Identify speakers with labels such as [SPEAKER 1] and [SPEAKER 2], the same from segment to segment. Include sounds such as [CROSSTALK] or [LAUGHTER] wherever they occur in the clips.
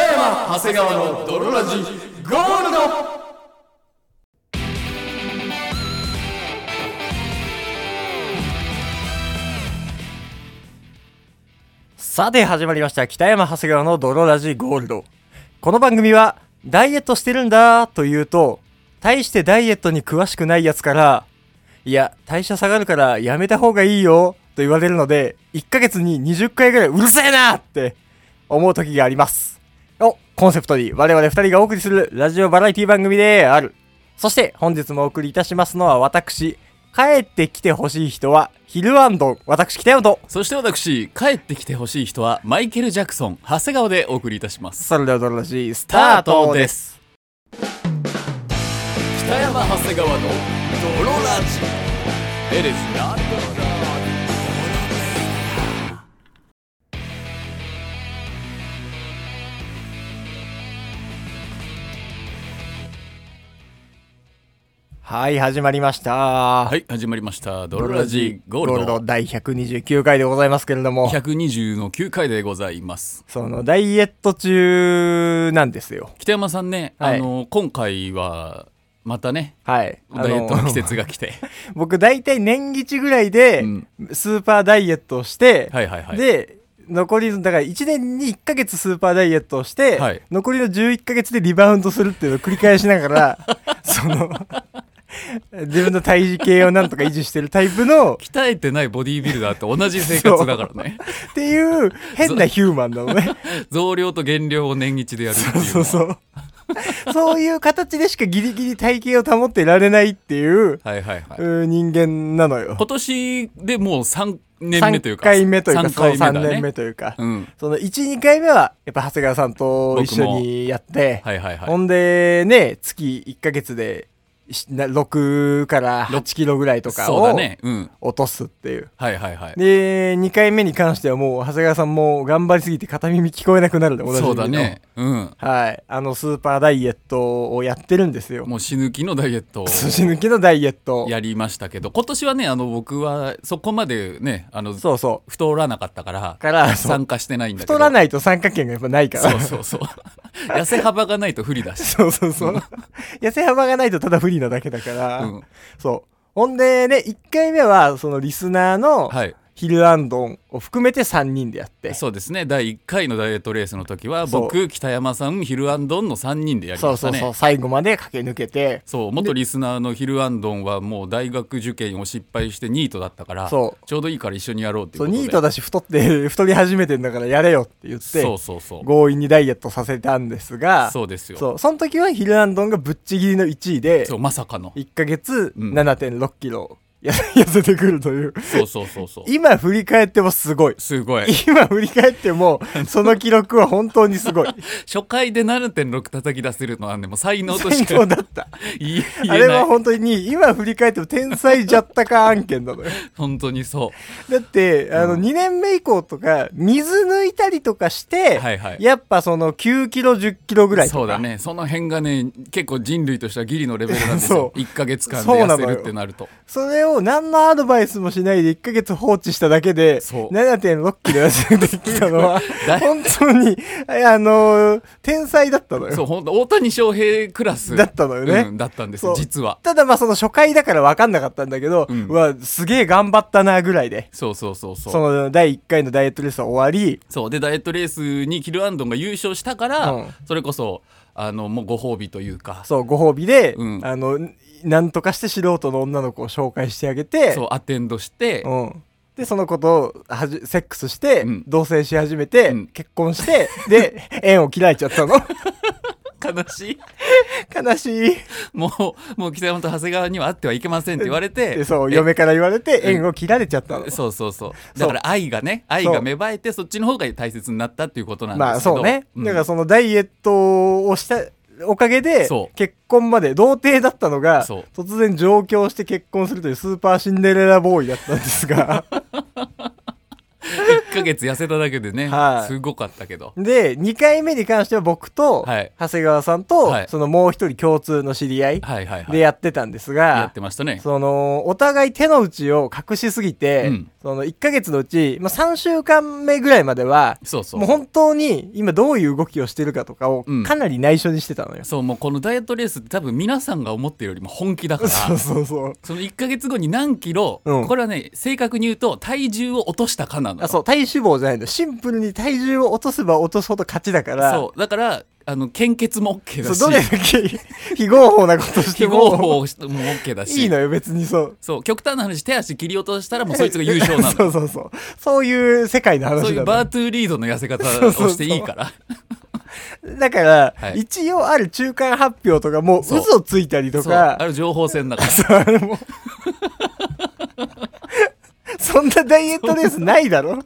[SPEAKER 1] 長谷川の泥ラジゴールド
[SPEAKER 2] さて始まりました北山長谷川の泥ラジゴールドこの番組はダイエットしてるんだと言うと大してダイエットに詳しくないやつからいや代謝下がるからやめた方がいいよと言われるので1ヶ月に20回ぐらいうるせえなって思う時がありますをコンセプトに我々2人がお送りするラジオバラエティ番組であるそして本日もお送りいたしますのは私帰ってきてほしい人はヒルアンド私北山と
[SPEAKER 1] そして私帰ってきてほしい人はマイケル・ジャクソン長谷川でお送りいたします
[SPEAKER 2] それではドロラジース
[SPEAKER 1] スタ
[SPEAKER 2] タ
[SPEAKER 1] ー
[SPEAKER 2] ー
[SPEAKER 1] ト
[SPEAKER 2] ト
[SPEAKER 1] で
[SPEAKER 2] ですす
[SPEAKER 1] 北山長谷川の泥ラジ It is not
[SPEAKER 2] はい始まりましたは
[SPEAKER 1] はいい始まりました泥ラジゴールド
[SPEAKER 2] 第129回でございますけれども
[SPEAKER 1] 120の9回でございます
[SPEAKER 2] そのダイエット中なんですよ
[SPEAKER 1] 北山さんね、
[SPEAKER 2] はい
[SPEAKER 1] あの今回はまたね
[SPEAKER 2] はい
[SPEAKER 1] ダイエットの季節
[SPEAKER 2] が
[SPEAKER 1] が来て
[SPEAKER 2] [LAUGHS] 僕大体年一ぐらいで
[SPEAKER 1] うん
[SPEAKER 2] スーパーダイエットをして、
[SPEAKER 1] はいはいはい
[SPEAKER 2] で残りのだから1年に1ヶ月スーパーダイエットをして、
[SPEAKER 1] はい
[SPEAKER 2] 残りの11ヶ月でリバウンドするっていうのを繰り返しながら
[SPEAKER 1] [LAUGHS]
[SPEAKER 2] その自分の体重計をなんとか維持してるタイプの
[SPEAKER 1] 鍛えてないボディービルダーと同じ生活だからね
[SPEAKER 2] っていう変なヒューマンな
[SPEAKER 1] [LAUGHS]
[SPEAKER 2] のね。
[SPEAKER 1] 増量と減量を年一でやるっていうのは
[SPEAKER 2] そうそう。そういう形でしかギリギリ体型を保ってられないっていう、
[SPEAKER 1] はいはいはいう
[SPEAKER 2] ー人間なのよ。
[SPEAKER 1] 今年でもう3年目という
[SPEAKER 2] 3
[SPEAKER 1] か
[SPEAKER 2] 回目というか、
[SPEAKER 1] 3
[SPEAKER 2] そう
[SPEAKER 1] 回目だ
[SPEAKER 2] 3
[SPEAKER 1] ね
[SPEAKER 2] 年目というか。
[SPEAKER 1] うん
[SPEAKER 2] その1、2回目は、やっぱ長谷川さんと一緒にやって、
[SPEAKER 1] はいはいは
[SPEAKER 2] ほ
[SPEAKER 1] い
[SPEAKER 2] んでね、月1ヶ月でしな6から8キロぐらいとか
[SPEAKER 1] そうだ
[SPEAKER 2] を
[SPEAKER 1] ねうん
[SPEAKER 2] 落とすっていう。
[SPEAKER 1] はいはいはい
[SPEAKER 2] で、2回目に関してはもう、長谷川さんも頑張りすぎて片耳聞こえなくなるで、同じ
[SPEAKER 1] そうだねうん
[SPEAKER 2] はい。あのスーパーダイエットをやってるんですよ。
[SPEAKER 1] もう死ぬ気のダイエットを
[SPEAKER 2] 寿司抜きのダイエット。
[SPEAKER 1] やりましたけど今年はねあの僕はそこまでねあの
[SPEAKER 2] そうそう。
[SPEAKER 1] 太らなかったから
[SPEAKER 2] から、そう
[SPEAKER 1] 参加してないんだけど
[SPEAKER 2] 太らないと参加権がやっぱないから。
[SPEAKER 1] そうそうそう [LAUGHS] 痩せ幅がないと不利だし、
[SPEAKER 2] そうそうそう。痩せ幅がないとただ不利なだけだから。
[SPEAKER 1] うん、
[SPEAKER 2] そう。ほんでね、1回目は、そのリスナーの
[SPEAKER 1] はい
[SPEAKER 2] ヒルアンドンを含めて3人でやって。
[SPEAKER 1] そうですね第1回のダイエットレースの時は
[SPEAKER 2] そう
[SPEAKER 1] 僕北山さんヒルアンドンの3人でやり
[SPEAKER 2] そ
[SPEAKER 1] ま
[SPEAKER 2] う
[SPEAKER 1] した
[SPEAKER 2] そう
[SPEAKER 1] ね
[SPEAKER 2] そう。最後まで駆け抜けて。
[SPEAKER 1] そう元リスナーのヒルアンドンはもう大学受験を失敗してニートだったからちょ
[SPEAKER 2] そう
[SPEAKER 1] どいいから一緒にやろうっていう
[SPEAKER 2] そう、
[SPEAKER 1] ことで
[SPEAKER 2] ニートだし太って、太り始めてんだからやれよって言って、
[SPEAKER 1] そうそうそう
[SPEAKER 2] 強引にダイエットさせたんですが、
[SPEAKER 1] そうですよそう
[SPEAKER 2] そう、その時はヒルアンドンがぶっちぎりの1位で、
[SPEAKER 1] まさかの
[SPEAKER 2] 1ヶ月
[SPEAKER 1] うん
[SPEAKER 2] 7.6キロや [LAUGHS] 痩せてくるという。
[SPEAKER 1] そうそうそうそう
[SPEAKER 2] 今振り返ってもすごい。
[SPEAKER 1] すごい
[SPEAKER 2] 今振り返っても、その記録は本当にす
[SPEAKER 1] [LAUGHS]
[SPEAKER 2] ごい。
[SPEAKER 1] 初回で7.6叩き出せるのはねもう才能とし
[SPEAKER 2] 最 [LAUGHS]
[SPEAKER 1] か
[SPEAKER 2] 高だった。
[SPEAKER 1] 言い言
[SPEAKER 2] あ
[SPEAKER 1] え
[SPEAKER 2] れ
[SPEAKER 1] な
[SPEAKER 2] はい本当に、今振り返っても天才じゃったか案件な
[SPEAKER 1] [LAUGHS]
[SPEAKER 2] のよ。
[SPEAKER 1] 本当にそ
[SPEAKER 2] だって、あの、2年目以降とか、水抜いたりとかして、
[SPEAKER 1] はいはい
[SPEAKER 2] やっぱその9キロ、10キロぐ
[SPEAKER 1] う
[SPEAKER 2] らいとか。
[SPEAKER 1] そうだねその辺がね結構人類としてはギリのレベルなんですよ
[SPEAKER 2] そう
[SPEAKER 1] 1か月間で
[SPEAKER 2] そう
[SPEAKER 1] 痩
[SPEAKER 2] な
[SPEAKER 1] せ
[SPEAKER 2] のよ
[SPEAKER 1] るってなると
[SPEAKER 2] それを何のアドバイスもしないで1ヶ月放置しただけで、
[SPEAKER 1] そう
[SPEAKER 2] 7.6キロ痩せてきたのは
[SPEAKER 1] [LAUGHS] だ、い
[SPEAKER 2] 本当に、あのー天才だったの
[SPEAKER 1] そう
[SPEAKER 2] よ。
[SPEAKER 1] 本当大谷翔平クラス
[SPEAKER 2] だったのよね
[SPEAKER 1] うんだったんですよ
[SPEAKER 2] そう
[SPEAKER 1] 実は
[SPEAKER 2] ただまあその初回だから分かんなかったんだけど、
[SPEAKER 1] うん
[SPEAKER 2] うわ、すげえ頑張ったなぐらいで、
[SPEAKER 1] そうそうそうそう
[SPEAKER 2] その第1回のダイエットレースは終わり、
[SPEAKER 1] そうでダイエットレースにキルアンドンが優勝したから、
[SPEAKER 2] うん
[SPEAKER 1] それこそあのもうご褒美というかそ
[SPEAKER 2] そう、ご褒美で、
[SPEAKER 1] うん
[SPEAKER 2] あの、なんとかして素人の女の子を紹介してあげて、
[SPEAKER 1] うアテンドして、
[SPEAKER 2] うん。で、その子とはじ、セックスして、
[SPEAKER 1] うん
[SPEAKER 2] 同棲し始めて、
[SPEAKER 1] うん
[SPEAKER 2] 結婚して、で、
[SPEAKER 1] [LAUGHS]
[SPEAKER 2] 縁を切られちゃったの。
[SPEAKER 1] 悲しい
[SPEAKER 2] 悲しい。
[SPEAKER 1] もうもう北山と長谷川には会ってはいけませんって言われ
[SPEAKER 2] [LAUGHS] で
[SPEAKER 1] て
[SPEAKER 2] そう
[SPEAKER 1] え
[SPEAKER 2] 嫁から言われて
[SPEAKER 1] え
[SPEAKER 2] 縁を切られちゃったの
[SPEAKER 1] そうそうそうだから愛がね愛が芽生えてそっちの方が大切になったっていうことなんですけど
[SPEAKER 2] まあそうね、
[SPEAKER 1] ん
[SPEAKER 2] だからそのダイエットをしたおかげで
[SPEAKER 1] そう
[SPEAKER 2] 結婚まで童貞だったのが
[SPEAKER 1] そう
[SPEAKER 2] 突然上
[SPEAKER 1] [LAUGHS]
[SPEAKER 2] 京して結婚するというスーパーシンデレラボーイだったんですが
[SPEAKER 1] 一ヶ月痩せただけでね、
[SPEAKER 2] はい
[SPEAKER 1] すごかったけど
[SPEAKER 2] で、2回目に関しては僕と、
[SPEAKER 1] はい
[SPEAKER 2] 長谷川さんと、
[SPEAKER 1] はい
[SPEAKER 2] そのもう一人共通の知り合い
[SPEAKER 1] はいはいはい
[SPEAKER 2] でやってたんですが、
[SPEAKER 1] やってましたね
[SPEAKER 2] その、お互い手の内を隠しすぎて、
[SPEAKER 1] うん
[SPEAKER 2] その1ヶ月のうち、まあ、3週間目ぐらいまでは、
[SPEAKER 1] そうそう
[SPEAKER 2] もう本当に今どういう動きをしてるかとかを
[SPEAKER 1] うん
[SPEAKER 2] かなり内緒にしてたのよ。
[SPEAKER 1] そうもうこのダイエットレースって多分皆さんが思ってるよりも本気だから
[SPEAKER 2] そうそうそう。
[SPEAKER 1] その1か月後に何キロ、
[SPEAKER 2] うん
[SPEAKER 1] これはね正確に言うと体重を落としたかなのよ
[SPEAKER 2] あそう体脂肪じゃないのシンプルに体重を落とせば落とすほど勝ちだから
[SPEAKER 1] そうだからあの献血も OK だし
[SPEAKER 2] そうどれだけ [LAUGHS] 非合法なことして
[SPEAKER 1] 非
[SPEAKER 2] も
[SPEAKER 1] 合法をしても OK だし
[SPEAKER 2] いいのよ別にそう
[SPEAKER 1] そう極端な話手足切り落としたらもうそいつが優勝なの
[SPEAKER 2] [LAUGHS] そ
[SPEAKER 1] よ
[SPEAKER 2] うそうそうそういう世界の話だ
[SPEAKER 1] そういう
[SPEAKER 2] と思う
[SPEAKER 1] バートゥーリードの痩せ方
[SPEAKER 2] そうそうそう
[SPEAKER 1] をしていいから
[SPEAKER 2] だから、
[SPEAKER 1] はい
[SPEAKER 2] 一応ある中間発表とかもう
[SPEAKER 1] そう
[SPEAKER 2] 嘘ついたりと
[SPEAKER 1] そうあ
[SPEAKER 2] か
[SPEAKER 1] る情報戦だから
[SPEAKER 2] [LAUGHS] そうあれもそんなダイエットレースないだろ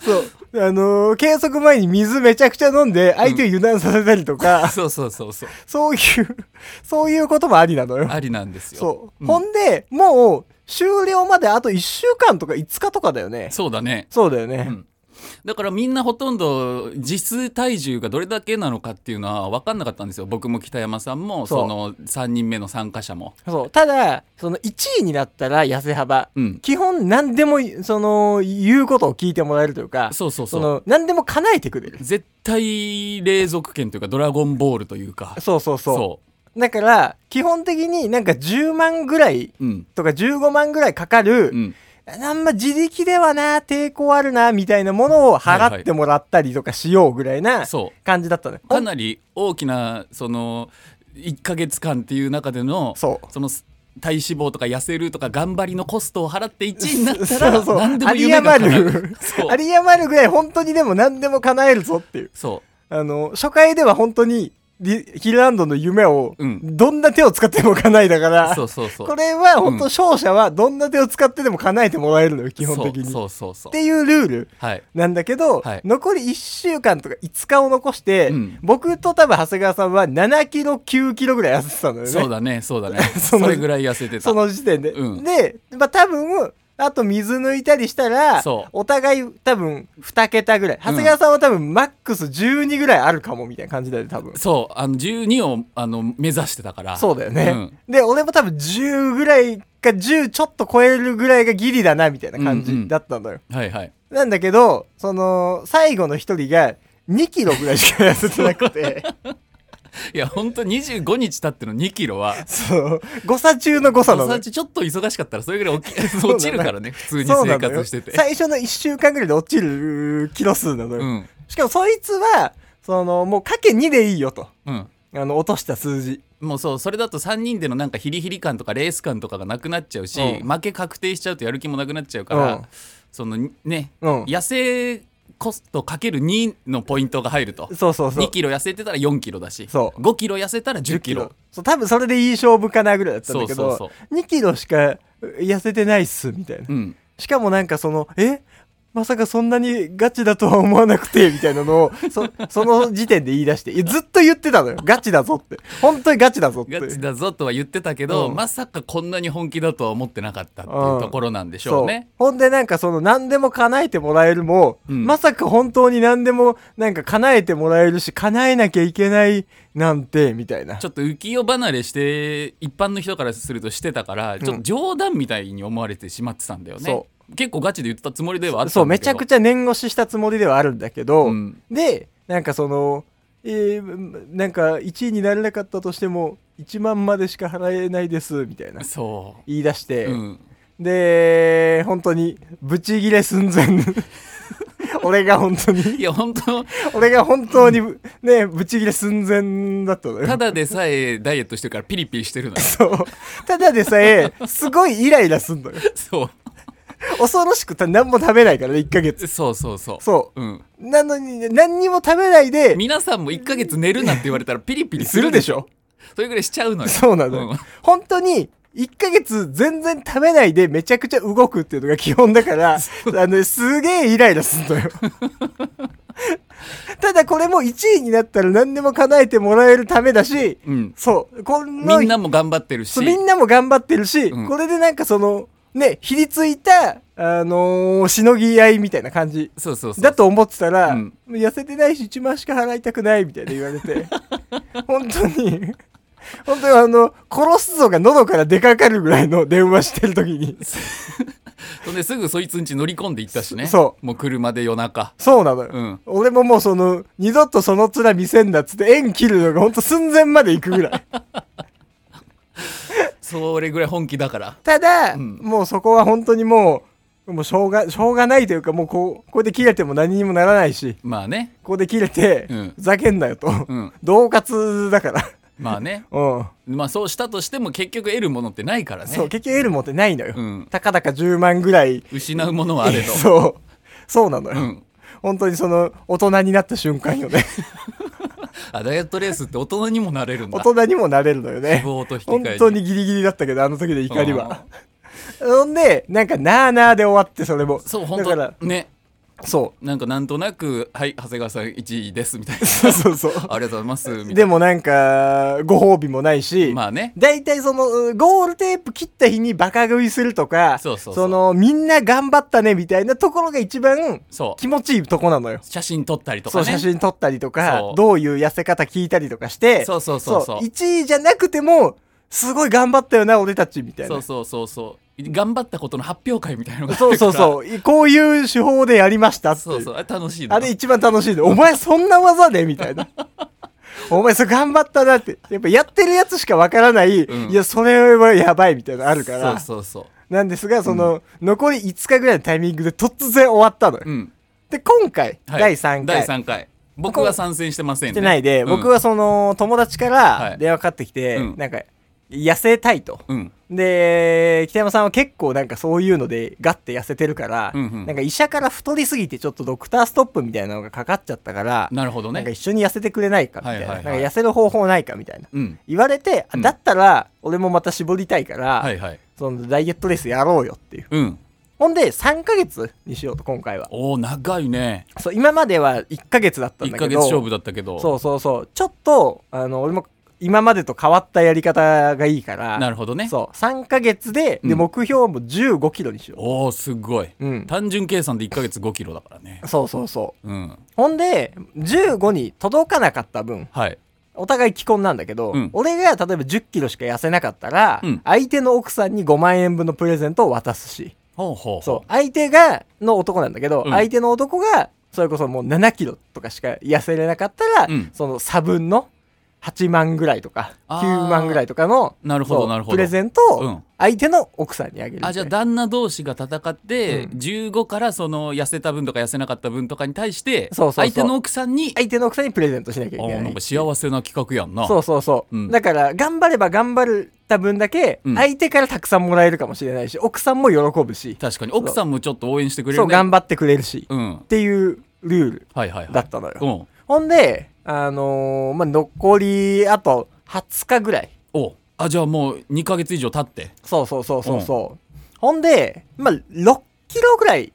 [SPEAKER 2] そうあのー計測前に水めちゃくちゃ飲んで相手を油断させたりと
[SPEAKER 1] [LAUGHS]
[SPEAKER 2] か、
[SPEAKER 1] そうそうそうそう
[SPEAKER 2] そういうそういうこともありなのよ
[SPEAKER 1] ありなんですよ
[SPEAKER 2] そう、
[SPEAKER 1] うん
[SPEAKER 2] ほんでもう終了まであと1週間とか5日とかだよね
[SPEAKER 1] そうだね
[SPEAKER 2] そうだよね、
[SPEAKER 1] うんだからみんなほとんど実数体重がどれだけなのかっていうのは分かんなかったんですよ僕も北山さんも
[SPEAKER 2] そ
[SPEAKER 1] そ
[SPEAKER 2] う
[SPEAKER 1] の3人目の参加者も
[SPEAKER 2] そうただその1位になったら痩せ幅、
[SPEAKER 1] うん
[SPEAKER 2] 基本何でもその言うことを聞いてもらえるというか
[SPEAKER 1] そうそう
[SPEAKER 2] そ
[SPEAKER 1] そう
[SPEAKER 2] の何でも叶えてくれる
[SPEAKER 1] 絶対霊俗圏というかドラゴンボールというか
[SPEAKER 2] そうそうそう
[SPEAKER 1] そ
[SPEAKER 2] だから基本的になんか10万ぐらいう
[SPEAKER 1] うん
[SPEAKER 2] とか15万ぐらいかかる、
[SPEAKER 1] うん
[SPEAKER 2] あんま自力ではな抵抗あるなみたいなものを払ってもらったりとかしようぐらいな
[SPEAKER 1] そう
[SPEAKER 2] 感じだったのよ、
[SPEAKER 1] かなり大きなその1ヶ月間っていう中での
[SPEAKER 2] そう
[SPEAKER 1] その体脂肪とか痩せるとか頑張りのコストを払って1位になったら
[SPEAKER 2] そうそう
[SPEAKER 1] 何でも夢が叶
[SPEAKER 2] 有り余
[SPEAKER 1] う
[SPEAKER 2] る
[SPEAKER 1] そう
[SPEAKER 2] あり余るぐらい本当にでも何でも叶えるぞっていう。
[SPEAKER 1] そ
[SPEAKER 2] あの、初回では本当にリヒルランドの夢を
[SPEAKER 1] うん
[SPEAKER 2] どんな手を使っても叶えたから、
[SPEAKER 1] うそうそうそう
[SPEAKER 2] これは本当勝者はどんな手を使ってでも叶えてもらえるのよ、基本的に。
[SPEAKER 1] そうそうそう
[SPEAKER 2] っ
[SPEAKER 1] そう
[SPEAKER 2] ていうルール。
[SPEAKER 1] はい
[SPEAKER 2] なんだけど、
[SPEAKER 1] はい
[SPEAKER 2] 残り1週間とか5日を残して、
[SPEAKER 1] うん
[SPEAKER 2] 僕と多分長谷川さんは7キロ9キロぐらい痩せてたのよね
[SPEAKER 1] そうだねそうだね
[SPEAKER 2] そ
[SPEAKER 1] そ
[SPEAKER 2] の
[SPEAKER 1] れぐらい痩せてた
[SPEAKER 2] [LAUGHS] その時点で、
[SPEAKER 1] うん
[SPEAKER 2] で、まあ、多分あと水抜いたりしたら
[SPEAKER 1] そう
[SPEAKER 2] お互い多分2桁ぐらい長谷川さんは多分マックス12ぐらいあるかもみたいな感じだよね多分
[SPEAKER 1] そうあの12をあの目指してたから
[SPEAKER 2] そうだよね、
[SPEAKER 1] ん
[SPEAKER 2] で俺も多分10ぐらいか10ちょっと超えるぐらいがギリだなみたいな感
[SPEAKER 1] うんう
[SPEAKER 2] じ
[SPEAKER 1] ん
[SPEAKER 2] だったのよ、
[SPEAKER 1] はいはい
[SPEAKER 2] なんだけどその最後の1人が2キロぐらいしか痩せてなくて
[SPEAKER 1] いや本当25日経っての2キロは
[SPEAKER 2] そう誤差中の誤差なの
[SPEAKER 1] 朝
[SPEAKER 2] よ
[SPEAKER 1] ちちょっと忙しかったらそれぐらい起き
[SPEAKER 2] [LAUGHS] うなの
[SPEAKER 1] 落ちるからね普通に
[SPEAKER 2] そうな
[SPEAKER 1] 生
[SPEAKER 2] のよ
[SPEAKER 1] 活してて
[SPEAKER 2] 最初の1週間ぐらいで落ちるキロ数なのよ、
[SPEAKER 1] うん
[SPEAKER 2] しかもそいつは、その、もうかけ2でいいよと。
[SPEAKER 1] うん
[SPEAKER 2] あの、落とした数字。
[SPEAKER 1] もうそうそれだと3人でのなんかヒリヒリ感とかレース感とかがなくなっちゃうし、
[SPEAKER 2] うん
[SPEAKER 1] 負け確定しちゃうとやる気もなくなっちゃうから、
[SPEAKER 2] うん
[SPEAKER 1] そのね、
[SPEAKER 2] うん
[SPEAKER 1] 痩せコストかける2のポイントが入ると
[SPEAKER 2] そうそうそう。
[SPEAKER 1] 2キロ痩せてたら4キロだし
[SPEAKER 2] そう
[SPEAKER 1] 5キロ痩せたら1 0キロ。
[SPEAKER 2] そう、多分それでいい勝負かなぐらいだったんだけど、
[SPEAKER 1] そうそう
[SPEAKER 2] 2キロしか痩せてないっす、みたいな。
[SPEAKER 1] うん
[SPEAKER 2] しかもなんかその、えまさかそんなにガチだとは思わなくて、みたいなのを、そ、その時点で言い出して、いやずっと言ってたのよ。ガチだぞって。本当にガチだぞって。
[SPEAKER 1] ガチだぞとは言ってたけど、
[SPEAKER 2] うん
[SPEAKER 1] まさかこんなに本気だとは思ってなかったっていうところなんでしょうね。
[SPEAKER 2] そうほんでなんかその何でも叶えてもらえるも、
[SPEAKER 1] うん
[SPEAKER 2] まさか本当に何でもなんか叶えてもらえるし叶えなきゃいけないなんてみたいな
[SPEAKER 1] ちょっと浮世離れして一般の人からするとしてたからちょっと
[SPEAKER 2] うん
[SPEAKER 1] 冗談みたいに思われてしまってたんだよね、
[SPEAKER 2] そ
[SPEAKER 1] 結構ガチで言ってたつもりではあったんだけど
[SPEAKER 2] そうめちゃく
[SPEAKER 1] ち
[SPEAKER 2] ちゃ念押ししたつもりではあるんだけど、
[SPEAKER 1] うん
[SPEAKER 2] でなんかそのえーなんか1位になれなかったとしても1万までしか払えないですみたいな
[SPEAKER 1] そ
[SPEAKER 2] 言い出して、
[SPEAKER 1] う、うん、
[SPEAKER 2] で本当にブチギレ寸前 [LAUGHS] 俺が本当に
[SPEAKER 1] いや本当
[SPEAKER 2] 俺が本当にぶ、ね、ぶち切れ寸前だったのよ。
[SPEAKER 1] ただでさえダイエットしてるからピリピリしてるの
[SPEAKER 2] [LAUGHS]
[SPEAKER 1] よ
[SPEAKER 2] そう。ただでさえ、すごいイライラすんのよ。
[SPEAKER 1] そ
[SPEAKER 2] 恐ろしくた何も食べないからね、1ヶ月。
[SPEAKER 1] うそうそうそう、
[SPEAKER 2] そう
[SPEAKER 1] ん、
[SPEAKER 2] う。なのに、何にも食べないで、
[SPEAKER 1] 皆さんも1ヶ月寝るなって言われたらピリピリ
[SPEAKER 2] す
[SPEAKER 1] す
[SPEAKER 2] る
[SPEAKER 1] る
[SPEAKER 2] で
[SPEAKER 1] で
[SPEAKER 2] し
[SPEAKER 1] し
[SPEAKER 2] ょ
[SPEAKER 1] ょそれぐらいしちゃうのよ
[SPEAKER 2] そうなのよ。
[SPEAKER 1] うん
[SPEAKER 2] 本当に、1ヶ月全然食べないでめちゃくちゃ動くっていうのが基本だから、あの、すげえイライラすんのよ。ただこれも1位になったら何でも叶えてもらえるためだし、
[SPEAKER 1] うん
[SPEAKER 2] そう。この
[SPEAKER 1] みんなも頑張ってるし
[SPEAKER 2] そうみんなも頑張ってるし、
[SPEAKER 1] うん
[SPEAKER 2] これでなんかそのね、ひりついた、あのーしのぎ合いみたいな感じ
[SPEAKER 1] そうそうそう
[SPEAKER 2] だと思ってたら、
[SPEAKER 1] うん
[SPEAKER 2] 痩せてないし1万しか払いたくないみたいな言われて [LAUGHS] 本当に [LAUGHS] 本当にあの殺すぞが喉から出かかるぐらいの電話してる時
[SPEAKER 1] [LAUGHS]
[SPEAKER 2] に
[SPEAKER 1] そんですぐそいつんち乗り込んでいったしね
[SPEAKER 2] そ
[SPEAKER 1] もう車で夜中
[SPEAKER 2] そうなのよ、
[SPEAKER 1] うん
[SPEAKER 2] 俺ももうその二度とその面見せんなっつって縁切るのが本当寸前まで行くぐらい
[SPEAKER 1] それぐらい本気だから
[SPEAKER 2] ただ、
[SPEAKER 1] うん
[SPEAKER 2] もうそこは本当にもうもうしょうがしょうがないというかもうこうこれで切れても何にもならないし
[SPEAKER 1] まあね
[SPEAKER 2] ここで切れて、
[SPEAKER 1] うん
[SPEAKER 2] ふざけんなよと、
[SPEAKER 1] うん
[SPEAKER 2] 同喝だから
[SPEAKER 1] まあね [LAUGHS]
[SPEAKER 2] うん
[SPEAKER 1] まあそうしたとしても結局得るものってないからね
[SPEAKER 2] そう結局得るもんってないのよ、
[SPEAKER 1] うん
[SPEAKER 2] たかだか10万ぐらい
[SPEAKER 1] 失うものはあれど
[SPEAKER 2] [LAUGHS] そうそうなのよ、
[SPEAKER 1] うん
[SPEAKER 2] 本当にその大人になった瞬間よね
[SPEAKER 1] あダイエットレースって大人にもなれるん
[SPEAKER 2] 大
[SPEAKER 1] だ
[SPEAKER 2] 人にもなれるのよね
[SPEAKER 1] 希望と引き換え
[SPEAKER 2] 本
[SPEAKER 1] に
[SPEAKER 2] 当にギリギリだったけどあの時の怒りはほんでなんかなあなあで終わってそれも
[SPEAKER 1] そう本
[SPEAKER 2] だから
[SPEAKER 1] 当ね
[SPEAKER 2] そ
[SPEAKER 1] なんかなんとなく「はい長谷川さん1位です」みたいな
[SPEAKER 2] うそうそうそう
[SPEAKER 1] [LAUGHS] 「ありがとうございます」みたい
[SPEAKER 2] でもなんかご褒美もないし、
[SPEAKER 1] なまあね
[SPEAKER 2] 大体そのゴールテープ切った日にバカ食いするとか
[SPEAKER 1] そうそうそう
[SPEAKER 2] のみんな頑張ったねみたいなところが一番
[SPEAKER 1] そう
[SPEAKER 2] 気持ちいいとこなのよ
[SPEAKER 1] 写真撮ったりとか
[SPEAKER 2] そう
[SPEAKER 1] ね
[SPEAKER 2] 写真撮ったりとか
[SPEAKER 1] そう
[SPEAKER 2] どういう痩せ方聞いたりとかして
[SPEAKER 1] そうそうそうそう
[SPEAKER 2] 1位じゃなくてもすごい頑張ったよな俺たちみたい
[SPEAKER 1] そ
[SPEAKER 2] な
[SPEAKER 1] うそうそうそう頑張ったことの発表会みたいなのがあ
[SPEAKER 2] そう
[SPEAKER 1] るか
[SPEAKER 2] そ
[SPEAKER 1] ら
[SPEAKER 2] うそうこういう手法でやりましたっていう
[SPEAKER 1] そうそうあれ楽しいな
[SPEAKER 2] あれ一番楽しいのお前そんな技でみ
[SPEAKER 1] [LAUGHS]
[SPEAKER 2] たいなお前それ頑張ったなってやっぱやってるやつしかわからない、
[SPEAKER 1] うん
[SPEAKER 2] いやそれはやばいみたいなのあるから
[SPEAKER 1] そうそうそ
[SPEAKER 2] なんですがその、残り5日ぐらいのタイミングで突然終わったのよ、
[SPEAKER 1] ううん
[SPEAKER 2] で今回、
[SPEAKER 1] はい
[SPEAKER 2] 第3回
[SPEAKER 1] 第三回僕は参戦してませんね
[SPEAKER 2] してないで、
[SPEAKER 1] うん
[SPEAKER 2] 僕はその友達か
[SPEAKER 1] は
[SPEAKER 2] ら
[SPEAKER 1] い
[SPEAKER 2] 電話かかってきて、
[SPEAKER 1] うん
[SPEAKER 2] なんか痩せたいと、
[SPEAKER 1] うん
[SPEAKER 2] で北山さんは結構なんかそういうのでガッて痩せてるから、
[SPEAKER 1] うんうん
[SPEAKER 2] なんか医者から太りすぎてちょっとドクターストップみたいなのがかかっちゃったから、
[SPEAKER 1] なるほど
[SPEAKER 2] なんか
[SPEAKER 1] ね
[SPEAKER 2] 一緒に痩せてくれないかみたいな,、
[SPEAKER 1] はいはいはい
[SPEAKER 2] なんか痩せる方法ないかみたいな
[SPEAKER 1] うん
[SPEAKER 2] 言われて、あ
[SPEAKER 1] うん
[SPEAKER 2] だったら俺もまた絞りたいから、
[SPEAKER 1] はいはい
[SPEAKER 2] そのダイエットレースやろうよっていう
[SPEAKER 1] うん
[SPEAKER 2] ほんで3ヶ月にしようと今回は
[SPEAKER 1] おお長いね
[SPEAKER 2] そう今までは1ヶ月だったん
[SPEAKER 1] 一
[SPEAKER 2] だ
[SPEAKER 1] ヶ月
[SPEAKER 2] けど
[SPEAKER 1] 勝負だったけど
[SPEAKER 2] そうそうそうちょっとあの俺も今までと変わったやり方がいいから
[SPEAKER 1] なるほどね
[SPEAKER 2] そう3ヶ月で,、
[SPEAKER 1] う
[SPEAKER 2] で
[SPEAKER 1] ん
[SPEAKER 2] 目標も1 5キロにしよ、
[SPEAKER 1] おおすごいう
[SPEAKER 2] うん、
[SPEAKER 1] 単純計算で1ヶ月5キロだからね
[SPEAKER 2] そうそうそう
[SPEAKER 1] うん
[SPEAKER 2] ほんで15に届かなかった分
[SPEAKER 1] はい
[SPEAKER 2] お互い既婚なんだけど、
[SPEAKER 1] うん
[SPEAKER 2] 俺が例えば1 0キロしか痩せなかったら、
[SPEAKER 1] うん
[SPEAKER 2] 相手の奥さんに5万円分のプレゼントを渡すし
[SPEAKER 1] ほうほう
[SPEAKER 2] そう相手がの男なんだけど、
[SPEAKER 1] うん
[SPEAKER 2] 相手の男がそれこそもう7キロとかしか痩せれなかったら、
[SPEAKER 1] うん
[SPEAKER 2] その差分の8万ぐらいとか
[SPEAKER 1] あー
[SPEAKER 2] 9万ぐらいとかの
[SPEAKER 1] なるほど
[SPEAKER 2] そう
[SPEAKER 1] なるほど
[SPEAKER 2] プレゼント
[SPEAKER 1] う
[SPEAKER 2] を
[SPEAKER 1] ん
[SPEAKER 2] 相手の奥さんにあげるみたいな
[SPEAKER 1] あじゃあ旦那同士が戦って、
[SPEAKER 2] うん
[SPEAKER 1] 15からその痩せた分とか痩せなかった分とかに対して
[SPEAKER 2] そうそうそう
[SPEAKER 1] 相手の奥さんに
[SPEAKER 2] 相手の奥さんにプレゼントしなきゃい
[SPEAKER 1] あ
[SPEAKER 2] け
[SPEAKER 1] な
[SPEAKER 2] なんい
[SPEAKER 1] か幸せな企画やんな
[SPEAKER 2] そうそうそう、
[SPEAKER 1] うん
[SPEAKER 2] だから頑張れば頑張った分だけ
[SPEAKER 1] うん
[SPEAKER 2] 相手からたくさんもらえるかもしれないし奥さんも喜ぶし
[SPEAKER 1] 確かに奥さんもちょっと応援してくれるね
[SPEAKER 2] そう頑張ってくれるし、っ
[SPEAKER 1] うん
[SPEAKER 2] ていうルール
[SPEAKER 1] はいはいはい
[SPEAKER 2] だったのよ、
[SPEAKER 1] うん
[SPEAKER 2] ほんで、あのーまあ、残り、あと、20日ぐらい。
[SPEAKER 1] おあじゃあもう2ヶ月以上経って
[SPEAKER 2] そうそうそうそうそう。ほんで、まあ、6キロぐらい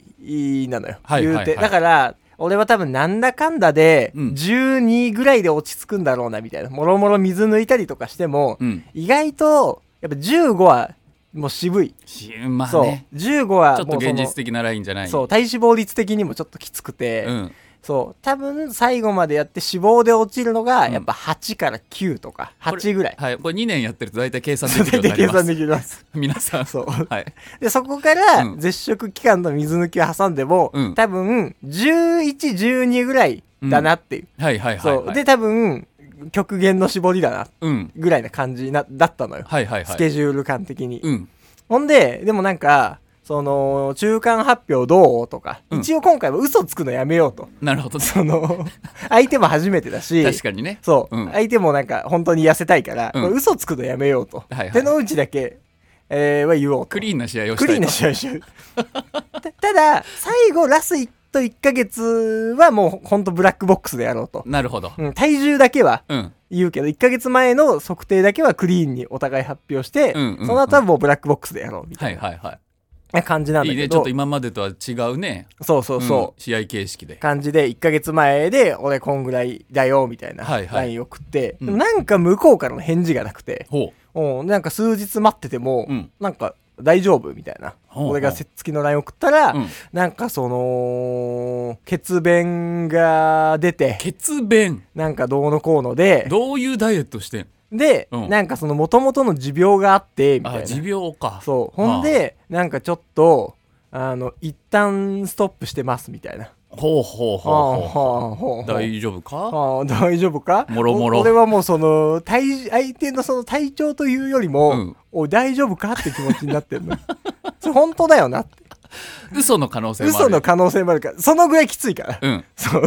[SPEAKER 2] なのよ。
[SPEAKER 1] はいはいはい
[SPEAKER 2] 言うて。だから、俺は多分なんだかんだで、
[SPEAKER 1] うん
[SPEAKER 2] 12ぐらいで落ち着くんだろうな、みたいな。もろもろ水抜いたりとかしても、
[SPEAKER 1] うん
[SPEAKER 2] 意外と、やっぱ15は、もう渋い。
[SPEAKER 1] しまあ
[SPEAKER 2] そう
[SPEAKER 1] ね。
[SPEAKER 2] 15は
[SPEAKER 1] ちょっと
[SPEAKER 2] もうそ
[SPEAKER 1] 現
[SPEAKER 2] の
[SPEAKER 1] 実的なラインじゃない
[SPEAKER 2] そう、体脂肪率的にもちょっときつくて、
[SPEAKER 1] うん、
[SPEAKER 2] そう多分最後までやって脂肪で落ちるのが
[SPEAKER 1] うん
[SPEAKER 2] やっぱ8から9とか
[SPEAKER 1] これ
[SPEAKER 2] 8ぐらい
[SPEAKER 1] はいこれ2年やってると大体計算で
[SPEAKER 2] そう
[SPEAKER 1] きるよう
[SPEAKER 2] 大
[SPEAKER 1] に
[SPEAKER 2] 体
[SPEAKER 1] なり
[SPEAKER 2] 計
[SPEAKER 1] ます
[SPEAKER 2] 算できます
[SPEAKER 1] [LAUGHS] 皆さん
[SPEAKER 2] そう
[SPEAKER 1] はい
[SPEAKER 2] でそこから
[SPEAKER 1] うん
[SPEAKER 2] 絶食期間の水抜きを挟んでも、
[SPEAKER 1] うん
[SPEAKER 2] 多分1112ぐらいだなっていう、
[SPEAKER 1] はいはいはい
[SPEAKER 2] そう、
[SPEAKER 1] はい
[SPEAKER 2] で多分極限の絞りだな
[SPEAKER 1] うん
[SPEAKER 2] ぐらいな感じなだったのよ、
[SPEAKER 1] はいはいはい
[SPEAKER 2] スケジュール感的に、
[SPEAKER 1] うん
[SPEAKER 2] ほんででもなんかその中間発表どうとか、
[SPEAKER 1] うん
[SPEAKER 2] 一応今回は嘘つくのやめようと
[SPEAKER 1] なるほど [LAUGHS]
[SPEAKER 2] その相手も初めてだし
[SPEAKER 1] 確かにね
[SPEAKER 2] そう、
[SPEAKER 1] うん
[SPEAKER 2] 相手もなんか本当に痩せたいから、
[SPEAKER 1] うん
[SPEAKER 2] これ嘘つくのやめようと、
[SPEAKER 1] はいはい
[SPEAKER 2] 手の内だけ、えーは言おうと
[SPEAKER 1] クリーンな試合をした
[SPEAKER 2] ク
[SPEAKER 1] い
[SPEAKER 2] リーンな試合しよう [LAUGHS] たただ最後ラス1と1ヶ月はもうほんとブラックボックスでやろうと、
[SPEAKER 1] なるほど
[SPEAKER 2] うん、体重だけは
[SPEAKER 1] うん
[SPEAKER 2] 言うけど1ヶ月前の測定だけはクリーンにお互い発表して、
[SPEAKER 1] うんうんうん
[SPEAKER 2] その後はもうブラックボックスでやろうみた
[SPEAKER 1] はいいはいは
[SPEAKER 2] な感じなん
[SPEAKER 1] いい
[SPEAKER 2] だ
[SPEAKER 1] い
[SPEAKER 2] け
[SPEAKER 1] ねちょ
[SPEAKER 2] ど、
[SPEAKER 1] っと今までとは違うね
[SPEAKER 2] そうそうそう、
[SPEAKER 1] ん試合形式で
[SPEAKER 2] 感じで1ヶ月前で俺こんぐらいだよみたいな
[SPEAKER 1] はいはい
[SPEAKER 2] LINE 送って、
[SPEAKER 1] うん
[SPEAKER 2] でもなんか向こうからの返事がなくて、
[SPEAKER 1] ほ
[SPEAKER 2] うん、なんか数日待ってても、
[SPEAKER 1] うん
[SPEAKER 2] なんか大丈夫みたいな
[SPEAKER 1] うおうおう
[SPEAKER 2] 俺がせっつきの LINE 送ったら、
[SPEAKER 1] うん
[SPEAKER 2] なんかその血便が出て
[SPEAKER 1] 血便
[SPEAKER 2] なんかどうのこうので
[SPEAKER 1] どういうダイエットしてん
[SPEAKER 2] で、
[SPEAKER 1] うん
[SPEAKER 2] なんかその元々の持病があってみたい
[SPEAKER 1] あ
[SPEAKER 2] な
[SPEAKER 1] 持病か
[SPEAKER 2] そうほんでなんかちょっとあの一旦ストップしてますみたいな
[SPEAKER 1] ほうほう
[SPEAKER 2] はあ
[SPEAKER 1] ほうほ
[SPEAKER 2] はあは
[SPEAKER 1] う
[SPEAKER 2] あ
[SPEAKER 1] 大丈夫か
[SPEAKER 2] ああ大丈夫か
[SPEAKER 1] もろもろ
[SPEAKER 2] お俺はもうその体相手のその体調というよりも、
[SPEAKER 1] うん
[SPEAKER 2] お大丈夫かって気持ちになってるの [LAUGHS] それ本当だよなって
[SPEAKER 1] 嘘の可能性もある
[SPEAKER 2] 嘘の可能性もあるからそのぐらいきつい
[SPEAKER 1] [LAUGHS]
[SPEAKER 2] から、
[SPEAKER 1] うん
[SPEAKER 2] そう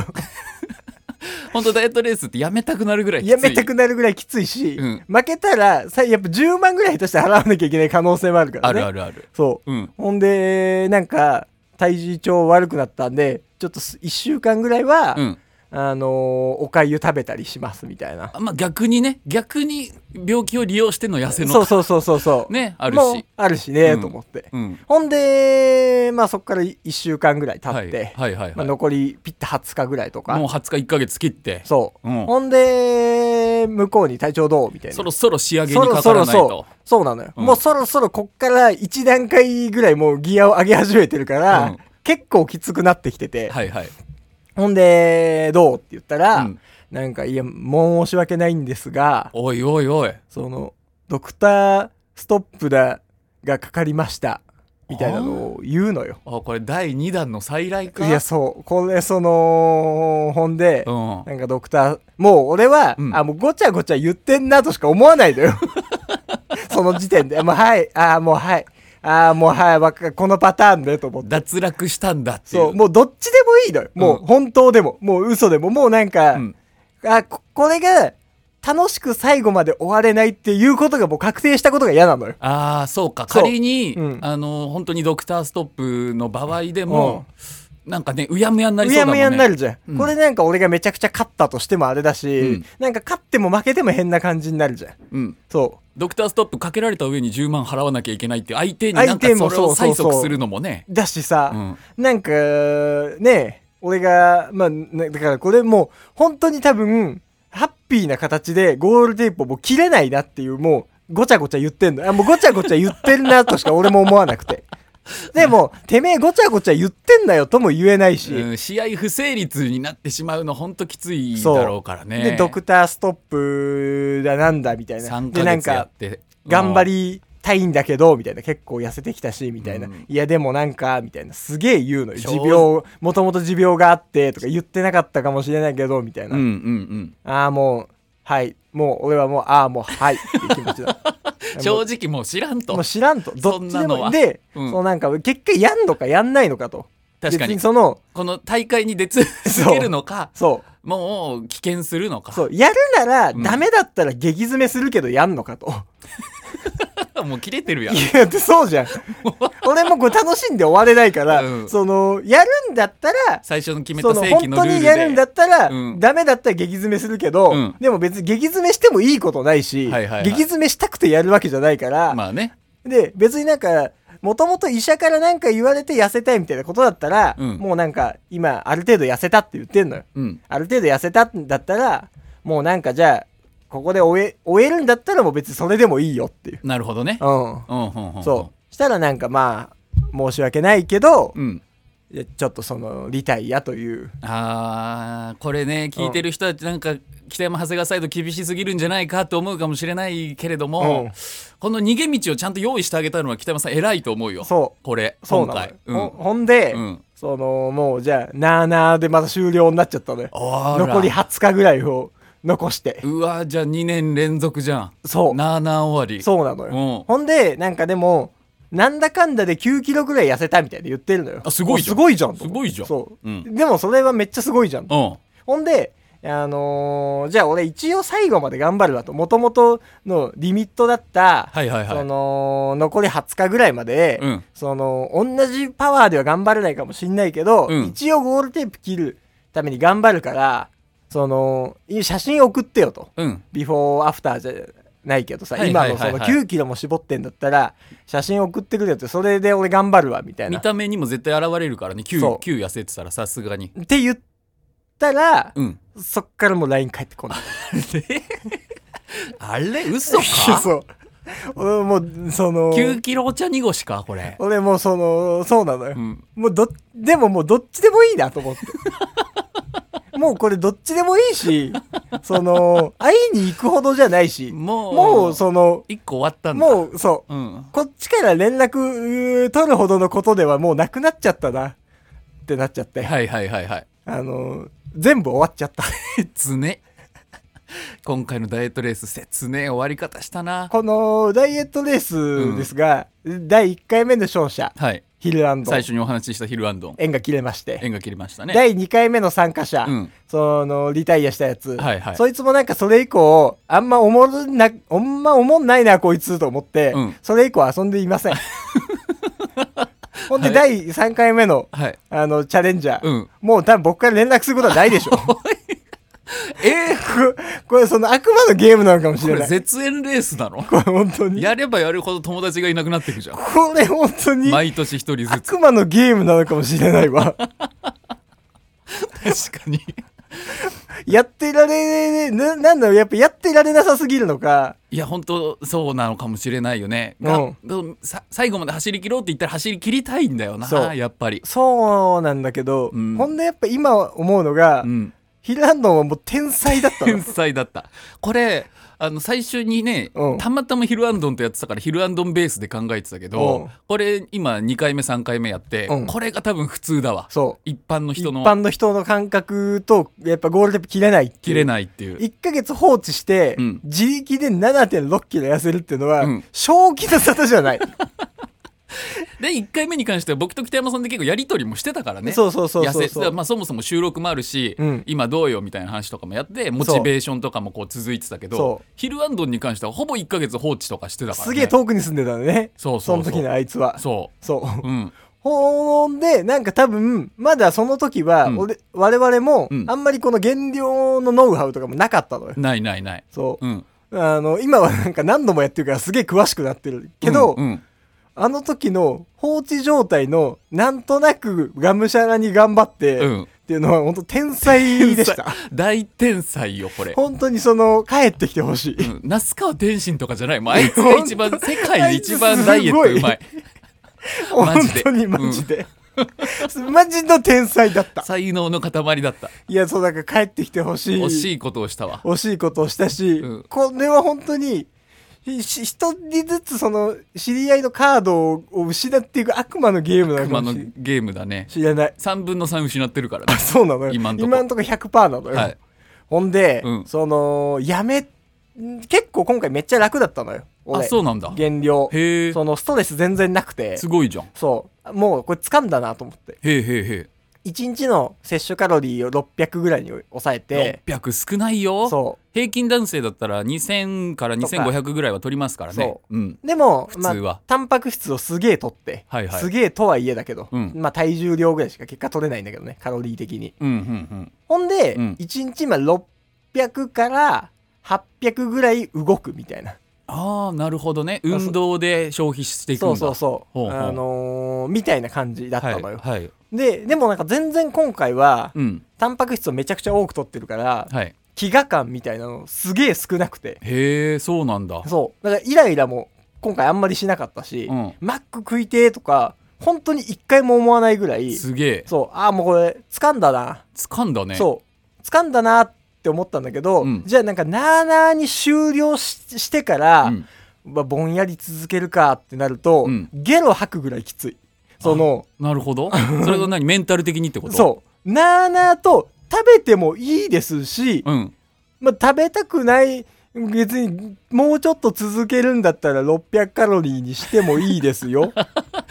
[SPEAKER 1] 本当ダイエットレースってやめたくなるぐらいきつい
[SPEAKER 2] やめたくなるぐらいきついし、
[SPEAKER 1] うん
[SPEAKER 2] 負けたらさやっぱ10万ぐらいとして払わなきゃいけない可能性もあるから
[SPEAKER 1] あ
[SPEAKER 2] ね
[SPEAKER 1] るあるある
[SPEAKER 2] そう
[SPEAKER 1] うん
[SPEAKER 2] ほんでなんか体調悪くなったんでちょっと1週間ぐらいは、
[SPEAKER 1] うん
[SPEAKER 2] あのーおかゆ食べたりしますみたいな
[SPEAKER 1] あまあ逆にね逆に病気を利用しての痩せの
[SPEAKER 2] そうそうそうそうそう
[SPEAKER 1] ねある
[SPEAKER 2] もう
[SPEAKER 1] し
[SPEAKER 2] あるしね、
[SPEAKER 1] うん
[SPEAKER 2] と思って、
[SPEAKER 1] うん
[SPEAKER 2] ほんでまあそこから1週間ぐらい経って、
[SPEAKER 1] はいはいはい
[SPEAKER 2] ま
[SPEAKER 1] は
[SPEAKER 2] あ、
[SPEAKER 1] い
[SPEAKER 2] 残りピッて20日ぐらいとか
[SPEAKER 1] もう20日1ヶ月切って
[SPEAKER 2] そう、
[SPEAKER 1] うん
[SPEAKER 2] ほんで向こうに体調どうみたいな
[SPEAKER 1] そろそろ仕上げに
[SPEAKER 2] そろ
[SPEAKER 1] か
[SPEAKER 2] そ
[SPEAKER 1] から
[SPEAKER 2] ろ
[SPEAKER 1] ないと
[SPEAKER 2] そうそうなのよ、
[SPEAKER 1] うん
[SPEAKER 2] もうそろそろこっから1段階ぐらいもうギアを上げ始めてるから、
[SPEAKER 1] うん
[SPEAKER 2] 結構きつくなってきてて、
[SPEAKER 1] はいはい
[SPEAKER 2] ほんでどうって言ったら、
[SPEAKER 1] うん
[SPEAKER 2] なんかいや申し訳ないんですが
[SPEAKER 1] おいおいおい
[SPEAKER 2] そのドクターストップだがかかりましたみたいなのを言うのよ
[SPEAKER 1] あこれ第2弾の再来
[SPEAKER 2] い
[SPEAKER 1] か
[SPEAKER 2] やそうこれそのほんで、
[SPEAKER 1] うん
[SPEAKER 2] なんかドクターもう俺は、
[SPEAKER 1] うん
[SPEAKER 2] あもうごちゃごちゃ言ってんなとしか思わない
[SPEAKER 1] [LAUGHS]
[SPEAKER 2] のよその時点でもうはいあもうはいあもうはいわかこのパターンでと思って
[SPEAKER 1] 脱落したんだっていう
[SPEAKER 2] そうもうどっちでもいいのよもう
[SPEAKER 1] うん
[SPEAKER 2] 本当でも、もう嘘でももうなんか、
[SPEAKER 1] うん
[SPEAKER 2] あここれが楽しく最後まで終われないっていうことがもう確定したことが嫌なのよ
[SPEAKER 1] ああそうか
[SPEAKER 2] そう
[SPEAKER 1] 仮に、
[SPEAKER 2] うん
[SPEAKER 1] あの本当にドクターストップの場合でも、なんかねうやむやになり
[SPEAKER 2] う
[SPEAKER 1] そうだ
[SPEAKER 2] や
[SPEAKER 1] もん
[SPEAKER 2] む
[SPEAKER 1] ね
[SPEAKER 2] やになるじゃん、
[SPEAKER 1] うん
[SPEAKER 2] これなんか俺がめちゃくちゃ勝ったとしてもあれだし、
[SPEAKER 1] うん
[SPEAKER 2] なんか勝っても負けても変な感じになるじゃん
[SPEAKER 1] うん、
[SPEAKER 2] そう
[SPEAKER 1] ドクターストップかけられた上に10万払わなきゃいけないっていう相手になんか
[SPEAKER 2] 相手も
[SPEAKER 1] それを
[SPEAKER 2] そうそ
[SPEAKER 1] 催
[SPEAKER 2] うそう
[SPEAKER 1] 促するのもね
[SPEAKER 2] だしさ、
[SPEAKER 1] うん
[SPEAKER 2] なんかね俺がまあねだからこれもう本当に多分ハッピーな形でゴールテープをもう切れないなっていうもうごちゃごちゃ言ってんのあもうごちゃごちゃ言ってるなとしか俺も思わな
[SPEAKER 1] [LAUGHS]
[SPEAKER 2] くてでもてめえごちゃごちゃ言ってんなよとも言えないし、
[SPEAKER 1] うん試合不成立になってしまうのほんときついだろうからね
[SPEAKER 2] でドクターストップだなんだみたいな
[SPEAKER 1] 3
[SPEAKER 2] で
[SPEAKER 1] ヶ
[SPEAKER 2] なん
[SPEAKER 1] 月や
[SPEAKER 2] か
[SPEAKER 1] って
[SPEAKER 2] 頑張りたいんだけどみたいな結構痩せてきたしみたいな、
[SPEAKER 1] うん
[SPEAKER 2] いやでもなんかみたいなすげえ言うのよ
[SPEAKER 1] 正
[SPEAKER 2] 持病もともと持病があってとか言ってなかったかもしれないけどみたい
[SPEAKER 1] うん
[SPEAKER 2] な、
[SPEAKER 1] うんうん
[SPEAKER 2] ああもうはいもう俺はもうああもうはいっていう気持ちだ
[SPEAKER 1] うん正直もう知らん [LAUGHS] と
[SPEAKER 2] もう知らんとどっ
[SPEAKER 1] そん
[SPEAKER 2] ち
[SPEAKER 1] な
[SPEAKER 2] で
[SPEAKER 1] の
[SPEAKER 2] も
[SPEAKER 1] は
[SPEAKER 2] で、
[SPEAKER 1] うん
[SPEAKER 2] そのなんか結果やんのかやんないのかと
[SPEAKER 1] 確か
[SPEAKER 2] 別
[SPEAKER 1] に
[SPEAKER 2] にその
[SPEAKER 1] この大会に出続けるのか
[SPEAKER 2] そう
[SPEAKER 1] もう危険するのか
[SPEAKER 2] そうやるなら
[SPEAKER 1] うん
[SPEAKER 2] ダメだったら激詰めするけどやんのかと、
[SPEAKER 1] [LAUGHS] もう切れてるやん
[SPEAKER 2] いや、だってそ
[SPEAKER 1] [LAUGHS]
[SPEAKER 2] うじゃん。俺もこれ楽しんで終われないから、
[SPEAKER 1] うん
[SPEAKER 2] その、やるんだったら、
[SPEAKER 1] 最初の決め
[SPEAKER 2] そ
[SPEAKER 1] た
[SPEAKER 2] の、
[SPEAKER 1] 正規
[SPEAKER 2] 本
[SPEAKER 1] の
[SPEAKER 2] 当
[SPEAKER 1] ルール
[SPEAKER 2] に
[SPEAKER 1] で
[SPEAKER 2] やるんだったら、
[SPEAKER 1] うん
[SPEAKER 2] ダメだったら激詰めするけど、
[SPEAKER 1] うん
[SPEAKER 2] でも別に激詰めしてもいいことないし、
[SPEAKER 1] はいはいはい
[SPEAKER 2] 激詰めしたくてやるわけじゃないから、
[SPEAKER 1] まあね
[SPEAKER 2] で、別になんか、もともと医者からなんか言われて痩せたいみたいなことだったら、
[SPEAKER 1] うん
[SPEAKER 2] もうなんか、今、ある程度痩せたって言ってんのよ。
[SPEAKER 1] うん
[SPEAKER 2] ある程度痩せたんだったら、もうなんかじゃあ、ここで終え、終えるんだったらもう別にそれでもいいよっていう。
[SPEAKER 1] なるほどね
[SPEAKER 2] う
[SPEAKER 1] う
[SPEAKER 2] ん。
[SPEAKER 1] んうんうん
[SPEAKER 2] そう。したらなんかまあ、申し訳ないけど、
[SPEAKER 1] うん
[SPEAKER 2] いやちょっとその、リタイアという。
[SPEAKER 1] あーこれね聞いてる人たちなんか北山長谷川サイド厳しすぎるんじゃないかと思うかもしれないけれども、
[SPEAKER 2] うん
[SPEAKER 1] この逃げ道をちゃんと用意してあげたのは北山さん偉いと思うよ
[SPEAKER 2] そう
[SPEAKER 1] これ
[SPEAKER 2] そう
[SPEAKER 1] 今
[SPEAKER 2] なのよ
[SPEAKER 1] 回、
[SPEAKER 2] ほほんで、
[SPEAKER 1] うん
[SPEAKER 2] その、もうじゃあ、なあなあでまた終了になっちゃったのよ。
[SPEAKER 1] あら
[SPEAKER 2] 残り20日ぐらいを残して。
[SPEAKER 1] うわじゃあ2年連続じゃ
[SPEAKER 2] そ
[SPEAKER 1] んなあなあ終わ
[SPEAKER 2] う。
[SPEAKER 1] り
[SPEAKER 2] そうなの
[SPEAKER 1] うん
[SPEAKER 2] よ。ほんで、なんかでも、なんだかんだで9キロぐらい痩せたみたいで言ってるのよ。
[SPEAKER 1] あすごいじゃん
[SPEAKER 2] おすごいじゃんと。
[SPEAKER 1] すごいじゃん
[SPEAKER 2] そ
[SPEAKER 1] う
[SPEAKER 2] う。
[SPEAKER 1] ん
[SPEAKER 2] でもそれはめっちゃすごいじゃ
[SPEAKER 1] う
[SPEAKER 2] ん。
[SPEAKER 1] ん
[SPEAKER 2] ほんで、あのーじゃあ俺一応最後まで頑張るわと、もともとのリミットだった、
[SPEAKER 1] はいはいはい
[SPEAKER 2] その、残り20日ぐらいまで、
[SPEAKER 1] うん
[SPEAKER 2] その、同じパワーでは頑張れないかもしんないけど、
[SPEAKER 1] うん
[SPEAKER 2] 一応ゴールテープ切るために頑張るから、その、い写真送ってよと。
[SPEAKER 1] うん
[SPEAKER 2] ビフォーアフターじゃないけどさ、
[SPEAKER 1] はいはいはいはい
[SPEAKER 2] 今のその9キロも絞ってんだったら、写真送ってくれよって、それで俺頑張るわ、みたいな。
[SPEAKER 1] 見
[SPEAKER 2] った
[SPEAKER 1] 目にも絶対現れるからね
[SPEAKER 2] そう
[SPEAKER 1] 9九痩せてたらさすがに
[SPEAKER 2] て言ったら、 [LAUGHS]
[SPEAKER 1] うん
[SPEAKER 2] そっからもう LINE 返ってこない。
[SPEAKER 1] あれ嘘か
[SPEAKER 2] [LAUGHS] そう俺もう、その、
[SPEAKER 1] 9キロお茶濁しかこれ、
[SPEAKER 2] 俺もうその、そうなのよ
[SPEAKER 1] う。ん、
[SPEAKER 2] もうど、でももうどっちでもいいなと思って。もうこれどっちでもいいし、その、会いに行くほどじゃないし、
[SPEAKER 1] もう
[SPEAKER 2] もうその、
[SPEAKER 1] 1個終わったんだ、
[SPEAKER 2] もうそう
[SPEAKER 1] ん
[SPEAKER 2] う、、こっちから連絡うー取るほどのことではもうなくなっちゃったな、ってなっちゃって、
[SPEAKER 1] はいはいはい [LAUGHS] はい
[SPEAKER 2] あの、全部終わっちゃった。
[SPEAKER 1] つね [LAUGHS] 今回のダイエットレース切ねえ終わり方したな
[SPEAKER 2] このダイエットレースですが、第1回目の勝者、
[SPEAKER 1] はい
[SPEAKER 2] ヒルランド、
[SPEAKER 1] 最初にお話ししたヒルアンドン
[SPEAKER 2] 縁が切れまして、
[SPEAKER 1] 縁が切りましたね
[SPEAKER 2] 第2回目の参加者、
[SPEAKER 1] うん
[SPEAKER 2] そのリタイアしたやつ、
[SPEAKER 1] はいはい
[SPEAKER 2] そいつもなんかそれ以降あんまおもろなあんまおもんないなこいつと思って、
[SPEAKER 1] うん
[SPEAKER 2] それ以降遊んでい
[SPEAKER 1] [LAUGHS]
[SPEAKER 2] ませんほんで、
[SPEAKER 1] はい
[SPEAKER 2] 第3回目の
[SPEAKER 1] はい
[SPEAKER 2] あのチャレンジャー、
[SPEAKER 1] うん
[SPEAKER 2] もう多分僕から連絡することはない
[SPEAKER 1] [LAUGHS]
[SPEAKER 2] でしょこ
[SPEAKER 1] えー、
[SPEAKER 2] これその悪魔のゲームなのかもし
[SPEAKER 1] こ
[SPEAKER 2] れな
[SPEAKER 1] れ
[SPEAKER 2] い
[SPEAKER 1] 絶縁レースなの
[SPEAKER 2] これ本当に
[SPEAKER 1] やればやるほど友達がいなくなっていくじゃん
[SPEAKER 2] これ本当に
[SPEAKER 1] 毎年一人ずつ
[SPEAKER 2] 悪魔のゲームなのかもしれな
[SPEAKER 1] [LAUGHS]
[SPEAKER 2] いわ
[SPEAKER 1] 確かに
[SPEAKER 2] やっていられななんだろうやっぱやっていられなさすぎるのか
[SPEAKER 1] いや本当そうなのかもしれないよね、
[SPEAKER 2] うん
[SPEAKER 1] がでもさ最後まで走り切ろうって言ったら走り切りたいんだよ
[SPEAKER 2] そう
[SPEAKER 1] なやっぱり、
[SPEAKER 2] そうなんだけど、
[SPEAKER 1] うん
[SPEAKER 2] ほんでやっぱ今思うのが、
[SPEAKER 1] うん、
[SPEAKER 2] ヒルランドンはもう天才だったの
[SPEAKER 1] 天。才だったこれあの最初にね、
[SPEAKER 2] うん
[SPEAKER 1] たまたまヒルアンドンとやってたからヒルアンドンベースで考えてたけど、
[SPEAKER 2] うん
[SPEAKER 1] これ今2回目3回目やって、
[SPEAKER 2] うん
[SPEAKER 1] これが多分普通だわ
[SPEAKER 2] そう。
[SPEAKER 1] 一般の
[SPEAKER 2] 一
[SPEAKER 1] 人の
[SPEAKER 2] 般の人の感覚と、やっぱゴールテープ切れないって
[SPEAKER 1] 切
[SPEAKER 2] いう。
[SPEAKER 1] れないっていう
[SPEAKER 2] 1ヶ月放置して、
[SPEAKER 1] うん
[SPEAKER 2] 自力で7.6キロ痩せるっていうのは、
[SPEAKER 1] うん
[SPEAKER 2] 正気の沙汰じゃない。
[SPEAKER 1] で1回目に関しては僕と北山さんで結構やり取りもしてたから [LAUGHS] ね
[SPEAKER 2] そうそうそう
[SPEAKER 1] 痩
[SPEAKER 2] そう
[SPEAKER 1] せ
[SPEAKER 2] そう。
[SPEAKER 1] まあ、そもそも収録もあるし、
[SPEAKER 2] うん
[SPEAKER 1] 今どうよみたいな話とかもやってモチベーションとかもこう続いてたけど
[SPEAKER 2] そう
[SPEAKER 1] ヒルアンドンに関してはほぼ1か月放置とかしてたから、ね、
[SPEAKER 2] すげえ遠くに住んでたのね。
[SPEAKER 1] そうそうそう
[SPEAKER 2] その時のあいつは。
[SPEAKER 1] そ
[SPEAKER 2] そう。
[SPEAKER 1] う、うん、
[SPEAKER 2] ほんで、なんか多分、まだその時は、
[SPEAKER 1] うん
[SPEAKER 2] 俺、我々も
[SPEAKER 1] う、ん
[SPEAKER 2] あんまりこの減量のノウハウとかもなかったのよ。
[SPEAKER 1] ないないない、
[SPEAKER 2] そ
[SPEAKER 1] うん、
[SPEAKER 2] う。あの、今はなんか何度もやってるからすげえ詳しくなってるけど、
[SPEAKER 1] うんうん
[SPEAKER 2] あの時の放置状態のなんとなくがむしゃらに頑張って、
[SPEAKER 1] う
[SPEAKER 2] っ
[SPEAKER 1] ん、
[SPEAKER 2] ていうのは本当天才でした。
[SPEAKER 1] 大天才よこれ、
[SPEAKER 2] 本当にその帰ってきてほしい。
[SPEAKER 1] うん、那須川天心とかじゃないもうあいつが一番世界で一
[SPEAKER 2] あいつすご
[SPEAKER 1] 番
[SPEAKER 2] い
[SPEAKER 1] ダイエットうまい [LAUGHS]
[SPEAKER 2] 本
[SPEAKER 1] マジで
[SPEAKER 2] 当にマジで。 [LAUGHS] マジの天才
[SPEAKER 1] [LAUGHS]
[SPEAKER 2] だった。
[SPEAKER 1] 才能の塊だった
[SPEAKER 2] いや、そうだから帰ってきてほしい。
[SPEAKER 1] 惜しいことをしたわ
[SPEAKER 2] 惜しいことをしたし、
[SPEAKER 1] うん
[SPEAKER 2] これは本当に、ひ一人ずつその知り合いのカードを失っていく悪魔のゲームなのか
[SPEAKER 1] 熊
[SPEAKER 2] も
[SPEAKER 1] の
[SPEAKER 2] しれ
[SPEAKER 1] ゲームだね
[SPEAKER 2] 知らない。
[SPEAKER 1] 3分の3失ってるからね
[SPEAKER 2] あ [LAUGHS] そうなのよ。
[SPEAKER 1] 今んとこ
[SPEAKER 2] 今んとこ100%なのよ。
[SPEAKER 1] はい
[SPEAKER 2] ほんで、
[SPEAKER 1] うん
[SPEAKER 2] その、やめ、ん結構今回めっちゃ楽だったのよ。
[SPEAKER 1] あ
[SPEAKER 2] 俺。
[SPEAKER 1] そうなんだ
[SPEAKER 2] 減量。
[SPEAKER 1] へえ
[SPEAKER 2] その、ストレス全然なくて。
[SPEAKER 1] すごいじゃん
[SPEAKER 2] そう。もう、これ掴んだなと思って。
[SPEAKER 1] へえへえへ
[SPEAKER 2] 1日の摂取カロリーを600ぐらいに抑え
[SPEAKER 1] え
[SPEAKER 2] て、
[SPEAKER 1] 600少ないよ
[SPEAKER 2] そ
[SPEAKER 1] 平均男性だったら2000から2500ぐらいは取りますからね、
[SPEAKER 2] そう
[SPEAKER 1] ん、
[SPEAKER 2] う。でも、
[SPEAKER 1] 普通は
[SPEAKER 2] まあ、タンパク質をすげえ取って、
[SPEAKER 1] はいはい
[SPEAKER 2] すげえとはいえだけど、
[SPEAKER 1] うん
[SPEAKER 2] まあ、体重量ぐらいしか結果取れないんだけどね、カロリー的に。
[SPEAKER 1] うんうん
[SPEAKER 2] ほんで、
[SPEAKER 1] うん
[SPEAKER 2] 1日今600から800ぐらい動くみたいな。
[SPEAKER 1] ああなるほどね運動で消費していくん
[SPEAKER 2] そ
[SPEAKER 1] だ
[SPEAKER 2] うそうそう。
[SPEAKER 1] ほうほう
[SPEAKER 2] あのーみたいな感じだったのよ。
[SPEAKER 1] はい、はい、
[SPEAKER 2] で、でもなんか全然今回は、
[SPEAKER 1] うん
[SPEAKER 2] タンパク質をめちゃくちゃ多く取ってるから、
[SPEAKER 1] はい
[SPEAKER 2] 飢餓感みたいなのすげえ少なくて。
[SPEAKER 1] へえそうなんだ
[SPEAKER 2] そう。だからイライラも今回あんまりしなかったし、
[SPEAKER 1] うん
[SPEAKER 2] マック食いてーとか、本当に一回も思わないぐらい、
[SPEAKER 1] すげえ
[SPEAKER 2] そう、ああ、もうこれ、掴んだな、
[SPEAKER 1] 掴んだね
[SPEAKER 2] そう、掴んだなって思ったんだけど、
[SPEAKER 1] うん
[SPEAKER 2] じゃあなんか、なーなーに終了ししてから、
[SPEAKER 1] ん、
[SPEAKER 2] まあ、ぼんやり続けるかってなると、
[SPEAKER 1] うん
[SPEAKER 2] ゲロ吐くぐらいきつい。その、
[SPEAKER 1] なるほどそれが
[SPEAKER 2] [LAUGHS]
[SPEAKER 1] 何メンタル的にってこと
[SPEAKER 2] そう、なーなーと食べてもいいですし、
[SPEAKER 1] うん
[SPEAKER 2] まあ、食べたくない、別にもうちょっと続けるんだったら600カロリーにしてもいいですよ。 [LAUGHS]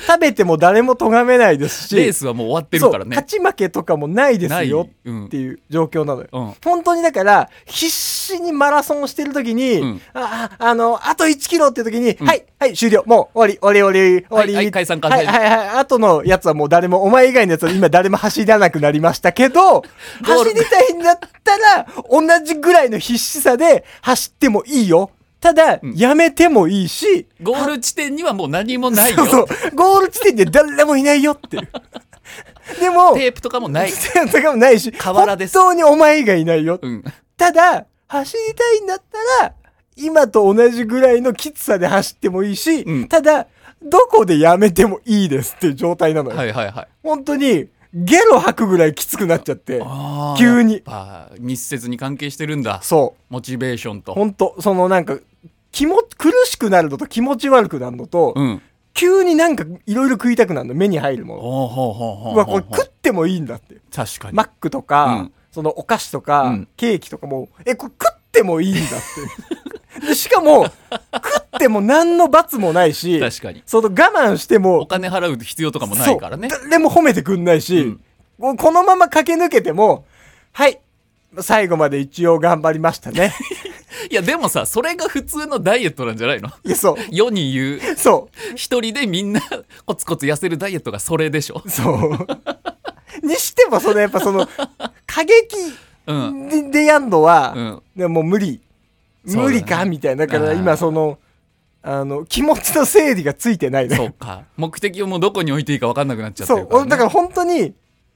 [SPEAKER 2] 食べても誰も咎めないですし、
[SPEAKER 1] レースはもう終わってるからね
[SPEAKER 2] そう勝ち負けとかもないですよ
[SPEAKER 1] ないうん
[SPEAKER 2] っていう状況なのよ。
[SPEAKER 1] うん
[SPEAKER 2] 本当にだから、必死にマラソンをしてるときに、
[SPEAKER 1] うん
[SPEAKER 2] あ、ああの、あと1キロって時に、
[SPEAKER 1] うん
[SPEAKER 2] はい、はい、終了、もう終わり、終わり、終わり、終わり。
[SPEAKER 1] はいはい解散完成
[SPEAKER 2] はい、はい、はい、あとのやつはもう誰も、お前以外のやつは今誰も走らなくなりましたけど、
[SPEAKER 1] ゴー
[SPEAKER 2] 走
[SPEAKER 1] ル
[SPEAKER 2] りたいんだったら、同じぐらいの必死さで走ってもいいよ。ただ、
[SPEAKER 1] ん
[SPEAKER 2] やめてもいいし、
[SPEAKER 1] ゴール地点にはもう何もないよ
[SPEAKER 2] そうそう、ゴール地点で誰もいないよっていう。でも、
[SPEAKER 1] テープとかも
[SPEAKER 2] [LAUGHS]
[SPEAKER 1] ない
[SPEAKER 2] とかもないし、
[SPEAKER 1] 河原です
[SPEAKER 2] 本当にお前以外いないよ。
[SPEAKER 1] うん
[SPEAKER 2] ただ、走りたいんだったら、今と同じぐらいのきつさで走ってもいいし、
[SPEAKER 1] うん
[SPEAKER 2] ただ、どこでやめてもいいですっていう状態なのよ。
[SPEAKER 1] はいはいはい
[SPEAKER 2] 本当に、ゲロ吐くぐらいきつくなっちゃって、
[SPEAKER 1] あー
[SPEAKER 2] 急に
[SPEAKER 1] やっぱ密接に関係してるんだ
[SPEAKER 2] そ
[SPEAKER 1] モチベーション
[SPEAKER 2] う、
[SPEAKER 1] と
[SPEAKER 2] 本当そのなんか、気も、苦しくなるのと気持ち悪くなるのと、
[SPEAKER 1] うん
[SPEAKER 2] 急になんかいろいろ食いたくなるの、目に入るもの。
[SPEAKER 1] ほうほうほうほう
[SPEAKER 2] うわ、これ食ってもいいんだって。
[SPEAKER 1] 確かに、
[SPEAKER 2] マックとか、
[SPEAKER 1] うん
[SPEAKER 2] そのお菓子とか、
[SPEAKER 1] うん
[SPEAKER 2] ケーキとかも、え、これ食ってもいいんだって。 [LAUGHS] でしかも、食っても何の罰もないし、
[SPEAKER 1] 確かに
[SPEAKER 2] その我慢して
[SPEAKER 1] お
[SPEAKER 2] も、
[SPEAKER 1] 金払う必要とかもないからね
[SPEAKER 2] そう誰も褒めてくんないし、
[SPEAKER 1] うん
[SPEAKER 2] もうこのまま駆け抜けても、はい、最後まで一応頑張りまし
[SPEAKER 1] [LAUGHS]
[SPEAKER 2] たね。
[SPEAKER 1] いやでもさそれが普通のダイエットなんじゃないの [LAUGHS]
[SPEAKER 2] いや、そ
[SPEAKER 1] 世に言う
[SPEAKER 2] う、そ
[SPEAKER 1] 一人でみんなコツコツ痩せるダイエットがそれでしょ
[SPEAKER 2] う、そう。にしても、そのやっぱ
[SPEAKER 1] [LAUGHS]
[SPEAKER 2] その、過激
[SPEAKER 1] うん
[SPEAKER 2] ででやんのは、
[SPEAKER 1] うん
[SPEAKER 2] でももう無理
[SPEAKER 1] そうだね
[SPEAKER 2] 無理か、みたいなだから
[SPEAKER 1] あー
[SPEAKER 2] 今そのあの気持ちの整理がついてないね [LAUGHS]
[SPEAKER 1] そうか目的をもうどこに置いていいか分かんなくなっちゃって
[SPEAKER 2] そ
[SPEAKER 1] る
[SPEAKER 2] う
[SPEAKER 1] から、
[SPEAKER 2] 俺
[SPEAKER 1] ね、
[SPEAKER 2] だから本当に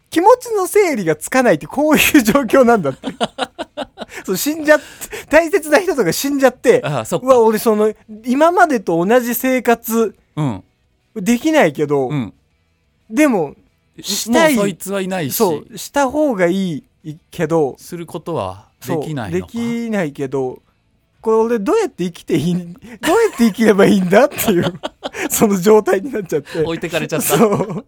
[SPEAKER 2] 気持ちの整理がつかないってこういう状況なん
[SPEAKER 1] [LAUGHS]
[SPEAKER 2] だってそう死んじゃって大切な人とか死んじゃって
[SPEAKER 1] ああそっ
[SPEAKER 2] うわ
[SPEAKER 1] か
[SPEAKER 2] 俺その今までと同じ生活
[SPEAKER 1] うん
[SPEAKER 2] できないけど、
[SPEAKER 1] うん
[SPEAKER 2] でもしたい
[SPEAKER 1] もうそいつはいないし
[SPEAKER 2] そうした方がいいけど
[SPEAKER 1] することはで
[SPEAKER 2] そう
[SPEAKER 1] きないのか
[SPEAKER 2] できないけどこれどうやって生きてい [LAUGHS] いどうやって生きればいいんだっていう
[SPEAKER 1] [LAUGHS]
[SPEAKER 2] その状態になっちゃって
[SPEAKER 1] 置いてかれちゃった
[SPEAKER 2] そう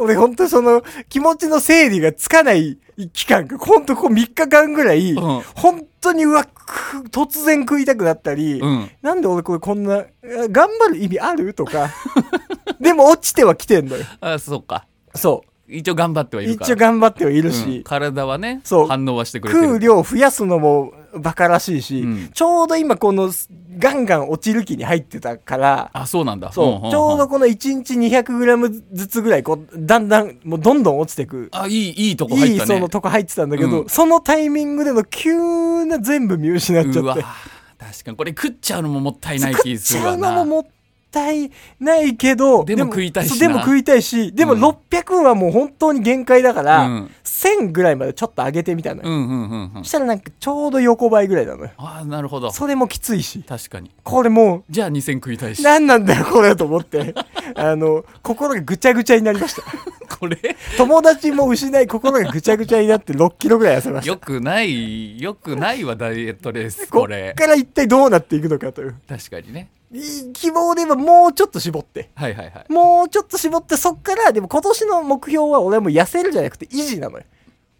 [SPEAKER 2] 俺本当その気持ちの整理がつかない期間が本当こう3日間ぐらい、
[SPEAKER 1] うん
[SPEAKER 2] 本当にうわく突然食いたくなったり、
[SPEAKER 1] うん
[SPEAKER 2] なんで俺これこんなえ頑張る意味ある
[SPEAKER 1] [LAUGHS]
[SPEAKER 2] とかでも落ちては来てんのよ
[SPEAKER 1] あそうか
[SPEAKER 2] そ
[SPEAKER 1] 一応頑張っては
[SPEAKER 2] う
[SPEAKER 1] いるから
[SPEAKER 2] 一応頑張ってはいる
[SPEAKER 1] う
[SPEAKER 2] し
[SPEAKER 1] ん、体はね
[SPEAKER 2] そう
[SPEAKER 1] 反応はしてくれて
[SPEAKER 2] 食う
[SPEAKER 1] る
[SPEAKER 2] 量増やすのもバカらしいし、
[SPEAKER 1] うん
[SPEAKER 2] ちょうど今このガンガン落ちる気に入ってたから、
[SPEAKER 1] あそうなんだ
[SPEAKER 2] そう、
[SPEAKER 1] んんん
[SPEAKER 2] ちょうどこの1日 200g ずつぐらいこうだんだんもうどんどん落ちてく、
[SPEAKER 1] あいいいいとこ入
[SPEAKER 2] い
[SPEAKER 1] っ
[SPEAKER 2] い
[SPEAKER 1] た
[SPEAKER 2] そ
[SPEAKER 1] ね
[SPEAKER 2] のとこ入ってたんだけど、
[SPEAKER 1] うん
[SPEAKER 2] そのタイミングでの急な全部見失っ
[SPEAKER 1] う
[SPEAKER 2] ちゃっ
[SPEAKER 1] わ
[SPEAKER 2] て
[SPEAKER 1] 確かにこれ食っちゃうのももったいない
[SPEAKER 2] 食
[SPEAKER 1] 気
[SPEAKER 2] っ
[SPEAKER 1] す
[SPEAKER 2] ち
[SPEAKER 1] る
[SPEAKER 2] ゃ
[SPEAKER 1] わ
[SPEAKER 2] うの
[SPEAKER 1] な
[SPEAKER 2] ももったいないけど
[SPEAKER 1] でも食いたいしな
[SPEAKER 2] そうでも食いたいしでも
[SPEAKER 1] うん
[SPEAKER 2] 600はもう本当に限界だから、
[SPEAKER 1] うん
[SPEAKER 2] 1000ぐらいまでちょっと上げてみたのよ、
[SPEAKER 1] うんうんうんうん
[SPEAKER 2] そしたらなんかちょうど横ばいぐらいなのよ
[SPEAKER 1] ああなるほど
[SPEAKER 2] それもきついし
[SPEAKER 1] 確かに
[SPEAKER 2] これも
[SPEAKER 1] じゃあ2000食いたいうし
[SPEAKER 2] 何なんだよこれと思って [LAUGHS] あの心がぐちゃぐちゃになり
[SPEAKER 1] [LAUGHS]
[SPEAKER 2] ました
[SPEAKER 1] これ
[SPEAKER 2] 友達も失い心がぐちゃぐちゃになって6キロぐらい痩せました
[SPEAKER 1] よくないよくないわダイエットレース
[SPEAKER 2] こ
[SPEAKER 1] こ
[SPEAKER 2] っ
[SPEAKER 1] れ
[SPEAKER 2] から一体どうなっていくのかという
[SPEAKER 1] 確かにね
[SPEAKER 2] い希望で言えばもうちょっと絞って
[SPEAKER 1] はいはいはい
[SPEAKER 2] もうちょっと絞ってそっからでも今年の目標は俺はもう痩せるじゃなくて維持なのよ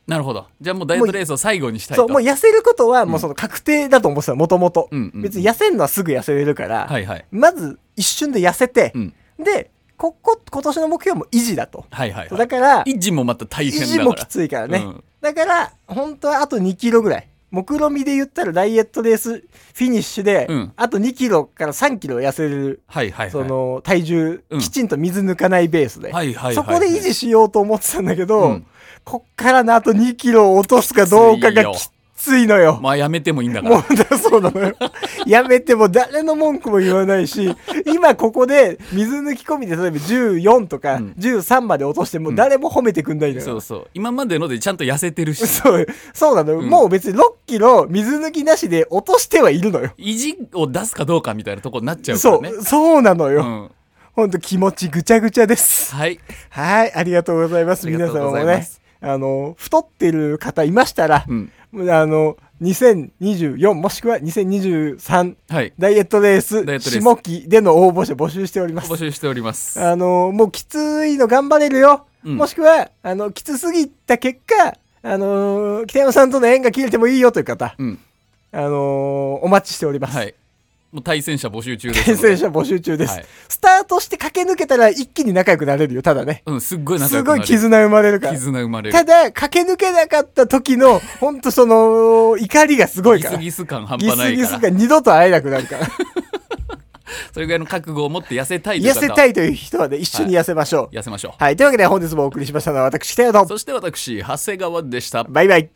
[SPEAKER 1] なるほどじゃあもうダイエットレースを最後にしたい
[SPEAKER 2] そ
[SPEAKER 1] と
[SPEAKER 2] うもう痩せることはもうその確定だと思ってたもともと
[SPEAKER 1] うんうんうん
[SPEAKER 2] 別に痩せるのはすぐ痩せれるから、
[SPEAKER 1] はいはい
[SPEAKER 2] まず一瞬で痩せて
[SPEAKER 1] う、ん
[SPEAKER 2] でここ今年の目標も維持だと
[SPEAKER 1] はいはい
[SPEAKER 2] そう
[SPEAKER 1] はい
[SPEAKER 2] だから
[SPEAKER 1] 維持もまた大変
[SPEAKER 2] 維
[SPEAKER 1] だか
[SPEAKER 2] 持
[SPEAKER 1] ら
[SPEAKER 2] もきついからね、
[SPEAKER 1] うん
[SPEAKER 2] だから本当はあと2キロぐらい目論見みで言ったらダイエットレースフィニッシュで、
[SPEAKER 1] うん
[SPEAKER 2] あと2キロから3キロ痩せる、
[SPEAKER 1] はいはいはい
[SPEAKER 2] その体重、
[SPEAKER 1] うん
[SPEAKER 2] きちんと水抜かないベースで、
[SPEAKER 1] はいはいはい
[SPEAKER 2] そこで維持しようと思ってたんだけど、
[SPEAKER 1] うん
[SPEAKER 2] こっからのあと2キロ落とすかどうかがきついのよ
[SPEAKER 1] まあやめてもいいんだか
[SPEAKER 2] も
[SPEAKER 1] [LAUGHS] ら
[SPEAKER 2] うだそうなのよ。やめても誰の文句も言わないし、今ここで水抜き込みで例えば14とか
[SPEAKER 1] うん
[SPEAKER 2] 13まで落としても誰も褒めてくんないの
[SPEAKER 1] そ
[SPEAKER 2] よ。
[SPEAKER 1] うそう今までのでちゃんと痩せてるし
[SPEAKER 2] そう、そうなのよ、
[SPEAKER 1] うん
[SPEAKER 2] もう別に6キロ水抜きなしで落としてはいるのよ。
[SPEAKER 1] 意地を出すかどうかみたいなとこになっちゃうから
[SPEAKER 2] そ
[SPEAKER 1] ね
[SPEAKER 2] う、そうなのよ。
[SPEAKER 1] うん
[SPEAKER 2] ほんと気持ちぐちゃぐちゃです。
[SPEAKER 1] はい
[SPEAKER 2] はい、ありがとうございます。
[SPEAKER 1] ありが
[SPEAKER 2] 皆
[SPEAKER 1] とう
[SPEAKER 2] 様
[SPEAKER 1] ご
[SPEAKER 2] も
[SPEAKER 1] ざいま
[SPEAKER 2] ね
[SPEAKER 1] す。
[SPEAKER 2] あの、太ってる方いましたら、
[SPEAKER 1] うん
[SPEAKER 2] あの、2024もしくは2023
[SPEAKER 1] はい
[SPEAKER 2] ダイエットレース
[SPEAKER 1] ダイエットレース
[SPEAKER 2] 下記での応募者募集しております
[SPEAKER 1] 募。集しております
[SPEAKER 2] あのもうきついの頑張れるよ、
[SPEAKER 1] うん
[SPEAKER 2] もしくはあのきつすぎた結果、あの北山さんとの縁が切れてもいいよという方、
[SPEAKER 1] うん
[SPEAKER 2] あのお待ちしております。
[SPEAKER 1] はいもう対戦者募集中です
[SPEAKER 2] 転
[SPEAKER 1] ので
[SPEAKER 2] 生者募集中です、
[SPEAKER 1] はい
[SPEAKER 2] スタートして駆け抜けたら一気に仲良くなれるよ、ただね。
[SPEAKER 1] うんすっごい仲
[SPEAKER 2] す
[SPEAKER 1] 良く
[SPEAKER 2] ご
[SPEAKER 1] ないれる
[SPEAKER 2] 絆生まれるから。
[SPEAKER 1] 絆生まれる
[SPEAKER 2] ただ、駆け抜けなかった時の、ほんとその、怒りがすごい
[SPEAKER 1] ギ
[SPEAKER 2] から。
[SPEAKER 1] スギス感半
[SPEAKER 2] ギ
[SPEAKER 1] 端な
[SPEAKER 2] ス
[SPEAKER 1] い
[SPEAKER 2] ギ
[SPEAKER 1] か
[SPEAKER 2] ス
[SPEAKER 1] ら
[SPEAKER 2] が二度と会えなくなるから。
[SPEAKER 1] それぐらいの覚悟を持って痩せたいという
[SPEAKER 2] 痩
[SPEAKER 1] 方
[SPEAKER 2] せたいという人はね、一緒に痩せましょう。
[SPEAKER 1] 痩せましょう
[SPEAKER 2] はい、というわけで本日もお送りしましたのは私、北野と、
[SPEAKER 1] そして私長谷川でした
[SPEAKER 2] バイバイ。